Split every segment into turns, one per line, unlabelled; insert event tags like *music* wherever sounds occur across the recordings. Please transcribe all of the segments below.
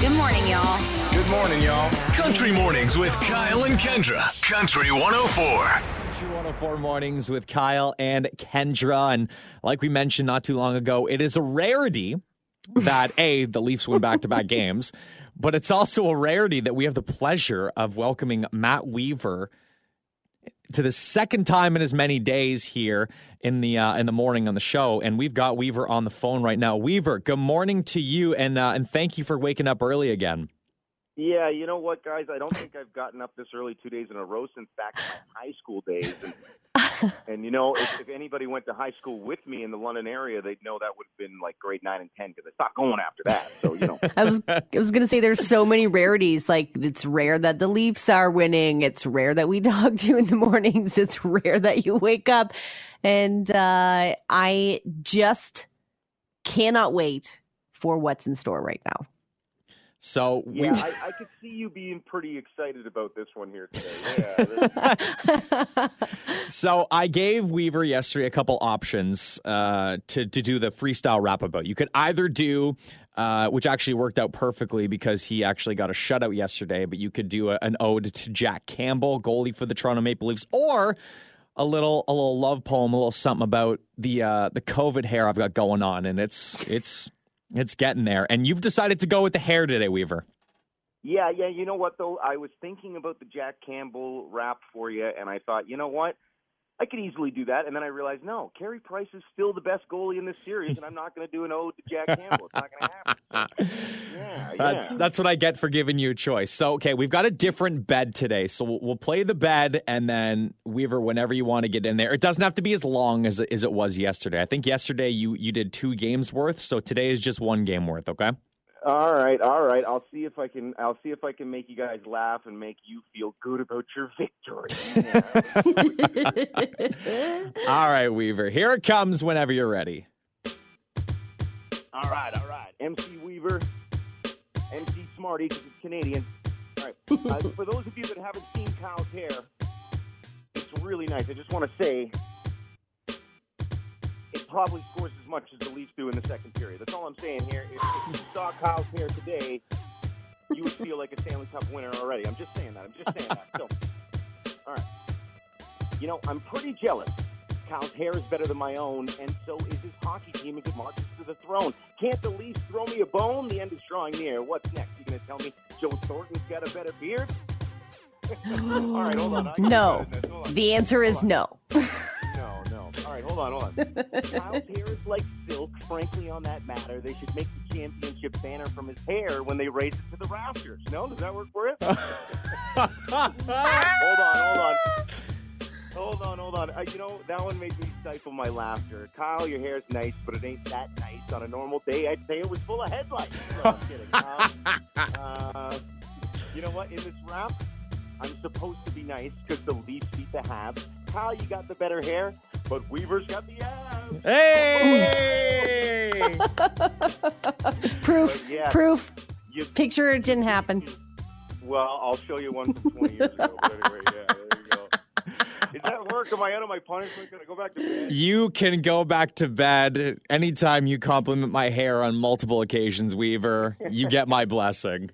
Good morning, y'all.
Good morning, y'all.
Country Mornings with Kyle and Kendra. Country 104.
Country 104 mornings with Kyle and Kendra. And like we mentioned not too long ago, it is a rarity that A, the Leafs win back to back games, but it's also a rarity that we have the pleasure of welcoming Matt Weaver to the second time in as many days here in the uh, in the morning on the show. And we've got Weaver on the phone right now. Weaver, good morning to you and uh, and thank you for waking up early again.
Yeah, you know what, guys? I don't think I've gotten up this early two days in a row since back in my high school days. And, and you know, if, if anybody went to high school with me in the London area, they'd know that would have been like grade nine and ten because I stopped going after that. So you know,
I was I was gonna say there's so many rarities. Like it's rare that the Leafs are winning. It's rare that we *laughs* talk to you in the mornings. It's rare that you wake up. And uh, I just cannot wait for what's in store right now.
*laughs*
So
yeah,
we
I, I could see you being pretty excited about this one here today. Yeah, this-
So I gave Weaver yesterday a couple options uh, to to do the freestyle rap about. You could either do, uh, which actually worked out perfectly because he actually got a shutout yesterday, but you could do a, an ode to Jack Campbell, goalie for the Toronto Maple Leafs, or a little a little love poem, a little something about the uh, the COVID hair I've got going on, and it's it's it's getting there. And you've decided to go with the hair today, Weaver.
yeah, yeah. You know what though? I was thinking about the Jack Campbell rap for you, and I thought, you know what? I could easily do that, and then I realized, no, Carey Price is still the best goalie in this series, and I'm not going to do an ode to Jack Campbell. It's not going to happen. So, yeah,
That's
yeah.
that's what I get for giving you a choice. So okay, we've got a different bed today. So we'll, we'll play the bed, and then Weaver, whenever you want to get in there, it doesn't have to be as long as it- as it was yesterday. I think yesterday you you did two games worth, so today is just one game worth. Okay.
All right, all right. I'll see if I can. I'll see if I can make you guys laugh and make you feel good about your victory. Yeah.
All right, Weaver. Here it comes. Whenever you're ready. *laughs*
all right, all right. MC Weaver, MC Smarty, 'cause it's Canadian. All right. Uh, for those of you that haven't seen Kyle's hair, it's really nice. I just want to say, it probably scores as much as the Leafs do in the second period. That's all I'm saying here. If, if you saw Kyle's hair today, you would feel like a Stanley Cup winner already. I'm just saying that. I'm just saying that. So, all right. You know, I'm pretty jealous. Kyle's hair is better than my own, and so is his hockey team as it marches to the throne. Can't the Leafs throw me a bone? The end is drawing near. What's next? You gonna tell me Joe Thornton's got a better beard? All right, hold on. I got
No.
better than this. Hold on.
The answer is no.
No, no. All right, hold on, hold on. Kyle's hair is like silk. Frankly, on that matter, they should make the championship banner from his hair when they raise it to the rafters. No, does that work for it? hold on, hold on. Hold on, hold on. I, you know, that one made me stifle my laughter. Kyle, your hair's nice, but it ain't that nice. On a normal day, I'd say it was full of headlights. No, I'm kidding. Um, uh, you know what? In this rap, I'm supposed to be nice because the Leafs beat the Habs. Kyle, you got the better hair, but Weaver's got the abs.
Hey.
Proof.
But yeah.
Proof.
You-
Picture it didn't happen.
Well, I'll show you one from 20 years ago. But anyway, yeah, there you go. Is that work? Am I out of my punishment? Can I go back to bed?
you can go back to bed anytime you compliment my hair on multiple occasions, Weaver. You get my blessing.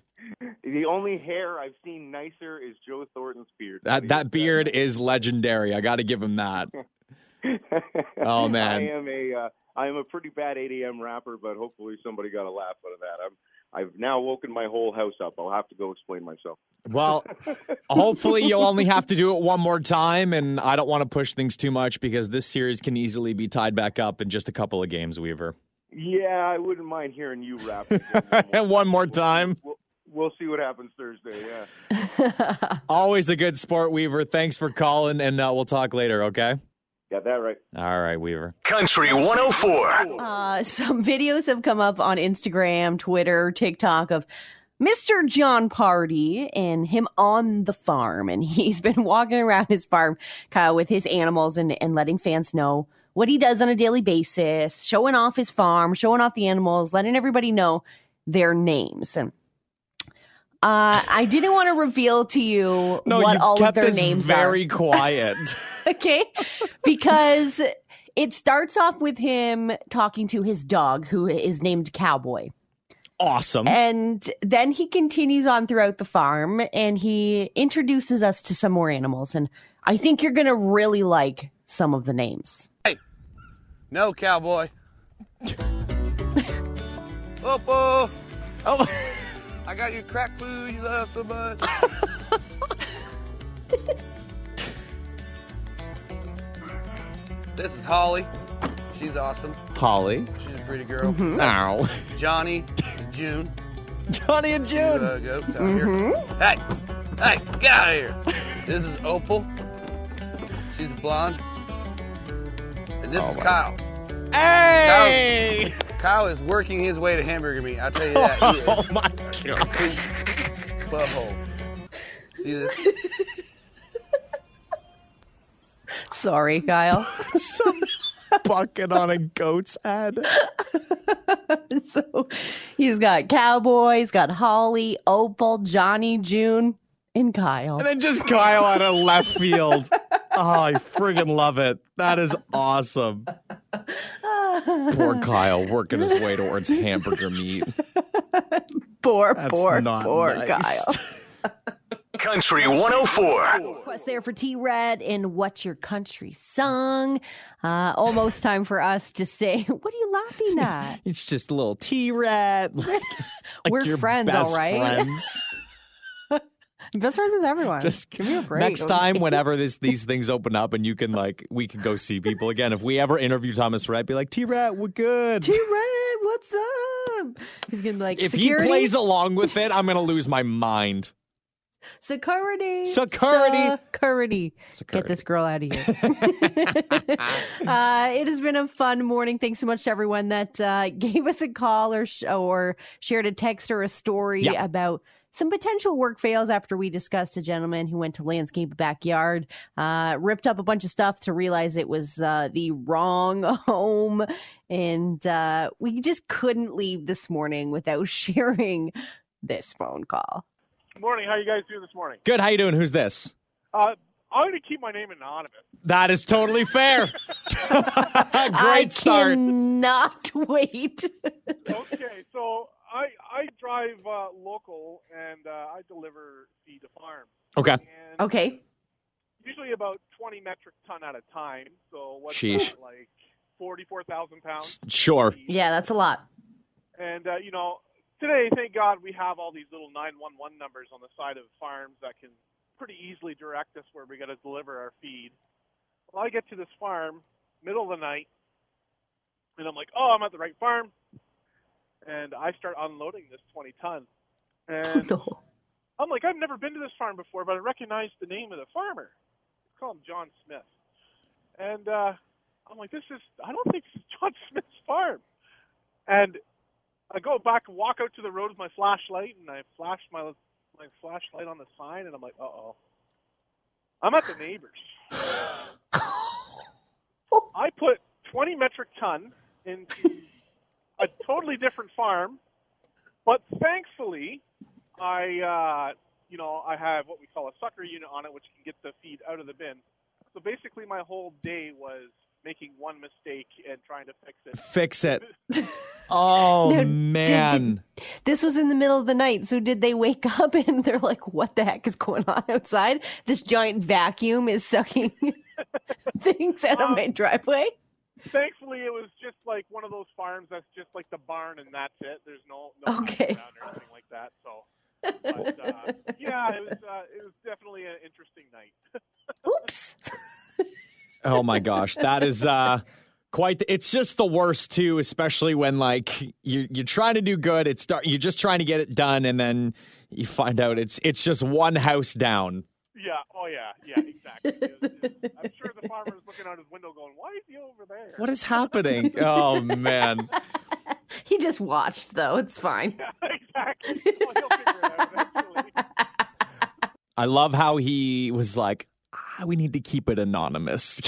The only hair I've seen nicer is Joe Thornton's beard. uh,
That that beard
*laughs*
is legendary. I got to give him *laughs* that. Oh, man.
I am a uh, I am a pretty bad 8 a.m. rapper, but hopefully somebody got a laugh out of that. I'm I've now woken my whole house up. I'll have to go explain myself.
Well, hopefully you'll only have to do it one more time, and I don't want to push things too much because this series can easily be tied back up in just a couple of games, Weaver. *laughs*
Yeah, I wouldn't mind hearing you rap. again
And one more time,
We'll, we'll see what happens Thursday. Yeah.
always a good sport, Weaver. Thanks for calling, and uh, we'll talk later. Okay.
Got that right.
All right, Weaver.
Country 104.
Uh, *laughs* some videos have come up on Instagram, Twitter, TikTok of Mr. John Party and him on the farm. And *laughs* he's been walking around his farm, Kyle, with his animals and, and letting fans know what he does on a daily basis, showing off his farm, showing off the animals, letting everybody know their names. And uh, I didn't want to reveal to you
No,
what
you
all
kept
of their
this
names are
very quiet.
okay? Because it starts off with him talking to his dog, who is named Cowboy.
*laughs*
Mm-hmm.
awesome.
Eh. And then he continues on throughout the farm and he introduces us to some more animals. And I think you're going to really like some of the names.
No, cowboy. Popo,
Oh,
I got you crack food you love so much. this is Holly. She's awesome.
Holly.
She's a pretty girl.
Mm-hmm. Ow. *laughs*
Johnny, June,
Johnny and
two,
June.
uh, goats out here. Hey, hey, get out of here. This is Opal. She's blonde. And this is Kyle.
Hey! *laughs*
Kyle is working his way to hamburger meat. I tell you that. He
Oh
is
my god.
butthole. See this?
Sorry, *laughs* Kyle.
Some bucket on a goat's head.
so he's got Cowboy, he's got Holly, Opal, Johnny, June, and Kyle.
And then just Kyle out of left field. Oh, I friggin' love it. That is awesome. Poor Kyle working his way towards hamburger meat.
Poor,
That's
poor,
not
poor
nice.
Kyle.
Country 104.
Request there for T Red and What's Your Country Song. Uh, almost time for us to say, *laughs* What are you laughing at?
It's just a little T rat. Like, like
We're
your
friends, all
best
right? *laughs*
Friends.
*laughs* Best friends with everyone.
Just give
me a break,
Next
okay?
time, whenever this these things open up and you can like we can go see people again. If we ever interview Thomas Rhett, be like, T Rat, we're good.
T Red, what's up? He's gonna be like,
if
security,
he plays along with it, I'm gonna lose my mind.
security,
Security.
security. Get
Security.
this girl out of here.
*laughs*
*laughs* uh, it has been a fun morning. Thanks so much to everyone that uh, *laughs* gave us a call or sh- or shared a text or a story
Yeah.
about some potential work fails after we discussed a gentleman who went to landscape a backyard, uh, ripped up a bunch of stuff to realize it was uh, the wrong *laughs* home. And uh, we just couldn't leave this morning without *laughs* sharing this phone call.
Morning. How you guys doing this morning?
Good. How you doing? Who's this?
Uh, I'm going to keep my name anonymous.
That is totally
*laughs*
fair. *laughs*
I
Great start.
cannot *laughs* wait.
Okay, so I I drive uh, local and uh, I deliver feed to farms.
Okay.
And
okay.
Usually about 20 metric ton at a time. So what's
Sheesh.
that, like 44,000 pounds?
Sure.
Yeah, that's a lot.
And uh, you know, today, thank God, we have all these little 911 numbers on the side of farms that can pretty easily direct us where we got to deliver our feed. Well, I get to this farm, middle of the night, and I'm like, "Oh, I'm at the right farm," and I start unloading this 20 ton. And
*laughs* *laughs* No.
I'm like, I've never been to this farm before, but I recognize the name of the farmer. Let's call him John Smith. And uh, I'm like, this is, I don't think this is John *laughs* Smith's farm. And I go back and walk out to the road with my flashlight, and I flash my, my flashlight on the sign, and I'm like, uh oh. I'm at the neighbor's. I put 20 metric ton into a totally different farm, but thankfully, I, uh, you know, I have what we call a sucker unit on it, which can get the feed out of the bin. So basically, my whole day was making one mistake and trying to fix it.
Fix
*laughs*
it. Oh
Now, did-
man.
This was in the middle of the night. So did they wake *laughs* up and they're like, what the heck is going on outside? This giant vacuum is sucking *laughs* things out of my driveway.
Thankfully, it was just like one of those farms that's just like the barn and that's it. There's no, no hiding
Okay.
around or anything like that. So, but, uh, yeah, it was uh, it was definitely an interesting night.
Oops. *laughs*
Oh my gosh. That is uh quite the- it's just the worst too, especially when like you you're trying to do good, it's start you're just trying to get it done and then you find out it's it's just one house down.
Yeah. Oh yeah. Yeah. Exactly. It was- it was- I'm sure the farmer was looking out his window, going, "Why is he over there?"
What
*laughs*
is
*laughs*
happening? Oh man.
He just watched though. It's fine.
exactly. Well, he'll figure it out eventually.
I love how he was like, ah, we need to keep it anonymous.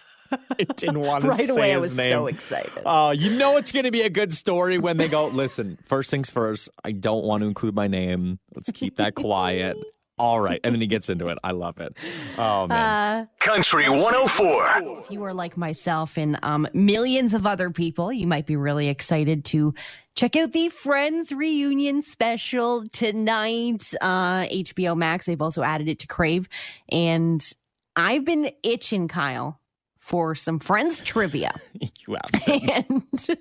*laughs* I didn't want to
Right
say
away I
his
was
name.
so excited. Uh,
Oh, you know it's going to be a good story when they go, listen, first things first, I don't want to include my name. Let's keep that quiet. All right. And then he gets into it. I love it. Oh, man.
uh,
Country 104.
if you are like myself and um, millions of other people, you might be really excited to Check out the Friends reunion special tonight, uh, HBO Max. They've also added it to Crave. And I've been itching, Kyle, for some Friends trivia.
*laughs* you out.
and *laughs*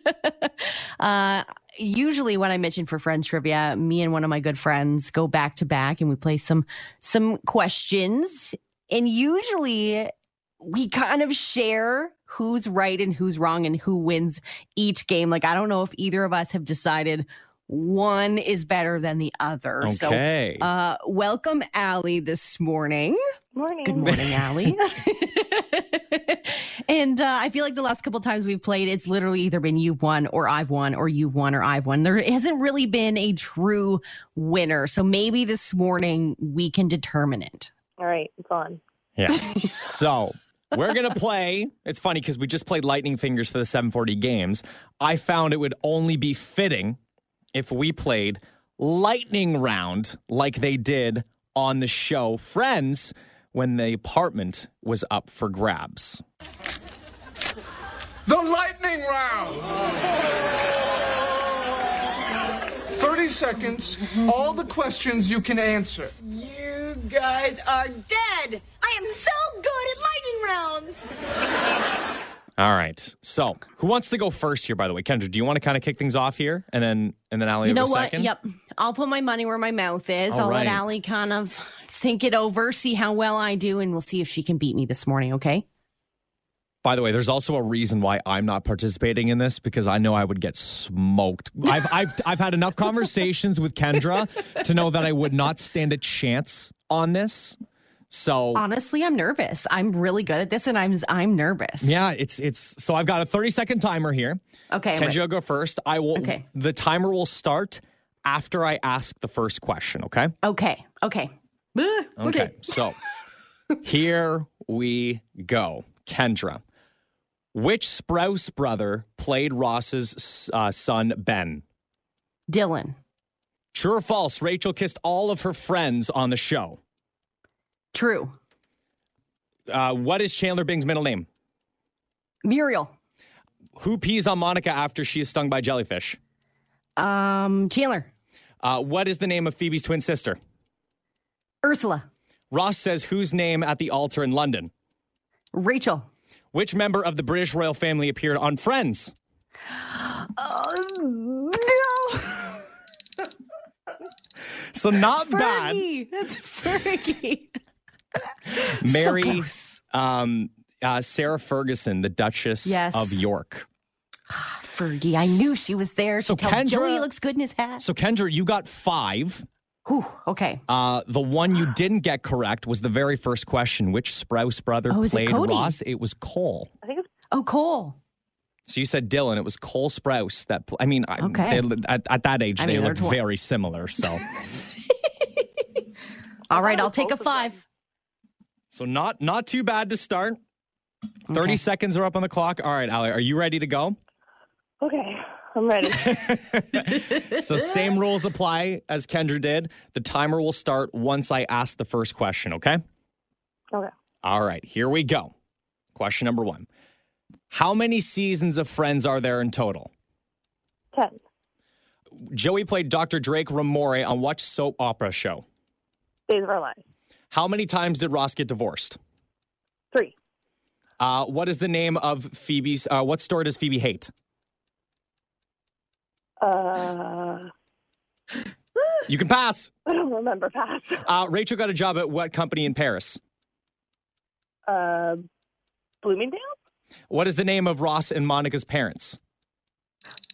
uh, usually when I mention for friends trivia, me and one of my good friends go back to back and we play some some questions. And usually we kind of share who's right and who's wrong and who wins each game. Like I don't know if either of us have decided one is better than the other. So
Okay.
uh welcome Allie this morning.
Morning.
Good
*laughs*
morning, Allie. *laughs* and uh, I feel like the last couple times we've played, it's literally either been you've won or I've won or you've won or I've won. There hasn't really been a true winner. So maybe this morning we can determine it.
All right, it's on.
Yeah. so we're gonna play. It's funny because we just played Lightning Fingers for the 740 games. I found it would only be fitting if we played Lightning Round like they did on the show Friends when the apartment was up for grabs.
The lightning round! 30 seconds, all the questions you can answer.
You guys are dead! I am so good at lightning rounds!
All right. So who wants to go first here? By the way, Kendra, do you want to kind of kick things off here, and then and then Allie
You know
over
what?
second?
Yep. I'll put my money where my mouth is.
All
I'll
right.
let Allie kind of think it over, see how well I do, and we'll see if she can beat me this morning, okay?
By the way, there's also a reason why I'm not participating in this because I know I would get
*laughs*
smoked. I've I've I've had enough conversations with Kendra to know that I would not stand a chance on this. So
Honestly, I'm nervous. I'm really good at this and I'm I'm nervous.
yeah, it's it's so I've got a 30 second timer here.
Okay. I'm
Kendra
ready.
will go first. I will
Okay.
the timer will start after I ask the first question, okay?
Okay. Okay. Ugh,
Okay.
*laughs*
So here we go. Kendra. Which Sprouse brother played Ross's uh, son, Ben?
Dylan.
True or false, Rachel kissed all of her friends on the show.
True.
Uh, what is Chandler Bing's middle name?
Muriel.
Who pees on Monica after she is stung by jellyfish?
Um, Chandler.
Uh, what is the name of Phoebe's twin sister?
Ursula.
Ross says whose name at the altar in London?
Rachel.
Which member of the British royal family appeared on Friends?
no.
So not bad.
Fergie. That's Fergie.
*laughs* Mary,
So close.
um, uh, Sarah Ferguson, the Duchess
Yes.
of York.
Fergie. I knew she was there.
so
she tells
Kendra-
Joey he looks good in his hat.
So Kendra, you got five.
Whew, okay.
Uh, the one
*gasps*
you didn't get correct was the very first question. Which Sprouse brother
Oh, is it
played
Cody?
Ross? It was Cole.
I think it's
Oh, Cole.
So you said Dylan. It was Cole Sprouse that. Pl- I mean, I,
Okay.
they, li- at, at that age,
I
they
mean, they're
look
twi-
very similar.
*laughs*
So,
All right, I'll take a five.
so not not too bad to start. Thirty seconds are up on the clock. All right, Ali, are you ready to go?
okay. I'm ready.
So
*laughs*
same rules apply as Kendra did. The timer will start once I ask the first question. Okay.
Okay.
All right, here we go. Question number one: How many seasons of Friends are there in total?
Ten.
Joey played Dr. Drake Ramore on what soap opera show?
Days of our lives.
How many times did Ross get divorced?
Three.
Uh, what is the name of Phoebe's? Uh, what store does Phoebe hate?
Uh,
You can pass.
I don't remember. Pass.
Uh, Rachel got a job at what company in Paris?
Uh, Bloomingdale.
What is the name of Ross and Monica's parents?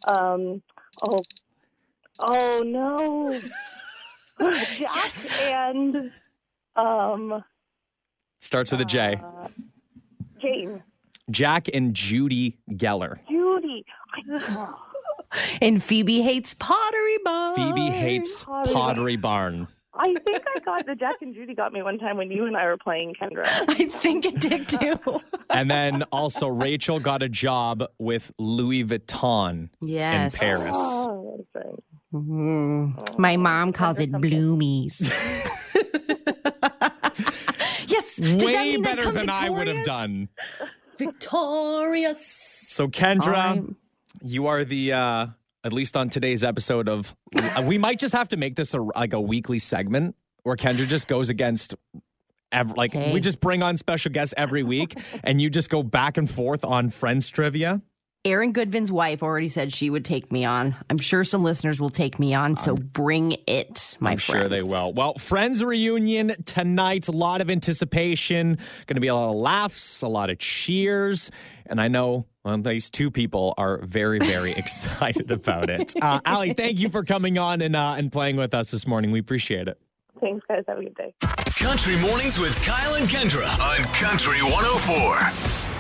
Um. Oh. Oh no. Jack and um
Starts with a J.
Jane.
Jack and Judy Geller.
Judy. I,
And Phoebe hates pottery barn.
Phoebe hates
Pottery
Pottery Barn.
I think I got the Jack and Judy got me one time when you and I were playing
*laughs*
Kendra.
I think it did too.
*laughs* And then also, Rachel got a job with Louis Vuitton
yes.
in Paris.
Oh, that's right.
Mhm. My mom calls it bloomies. *laughs* yes. Does that
Way
mean they
better
come
than I would have
victorious?
done.
Victorious.
So, Kendra,
I'm-
you are the uh, at least on today's episode of uh, we might just have to make this a like a weekly segment where Kendra just goes against ev- like
Hey.
we just bring on special guests every week and you just go back and forth on friends trivia.
Aaron Goodwin's wife already said she would take me on. I'm sure some listeners will take me on, so bring it, my
I'm sure they
friends.
will. Well, friends reunion tonight. A lot of anticipation. Going to be a lot of laughs, a lot of cheers, and I know well, these two people are very,
*laughs*
very excited about it. Uh, Allie, thank you for coming on and uh, and playing with us this morning. We appreciate it.
Thanks, guys. Have a good day.
oh Country Mornings with Kyle and Kendra on Country 104.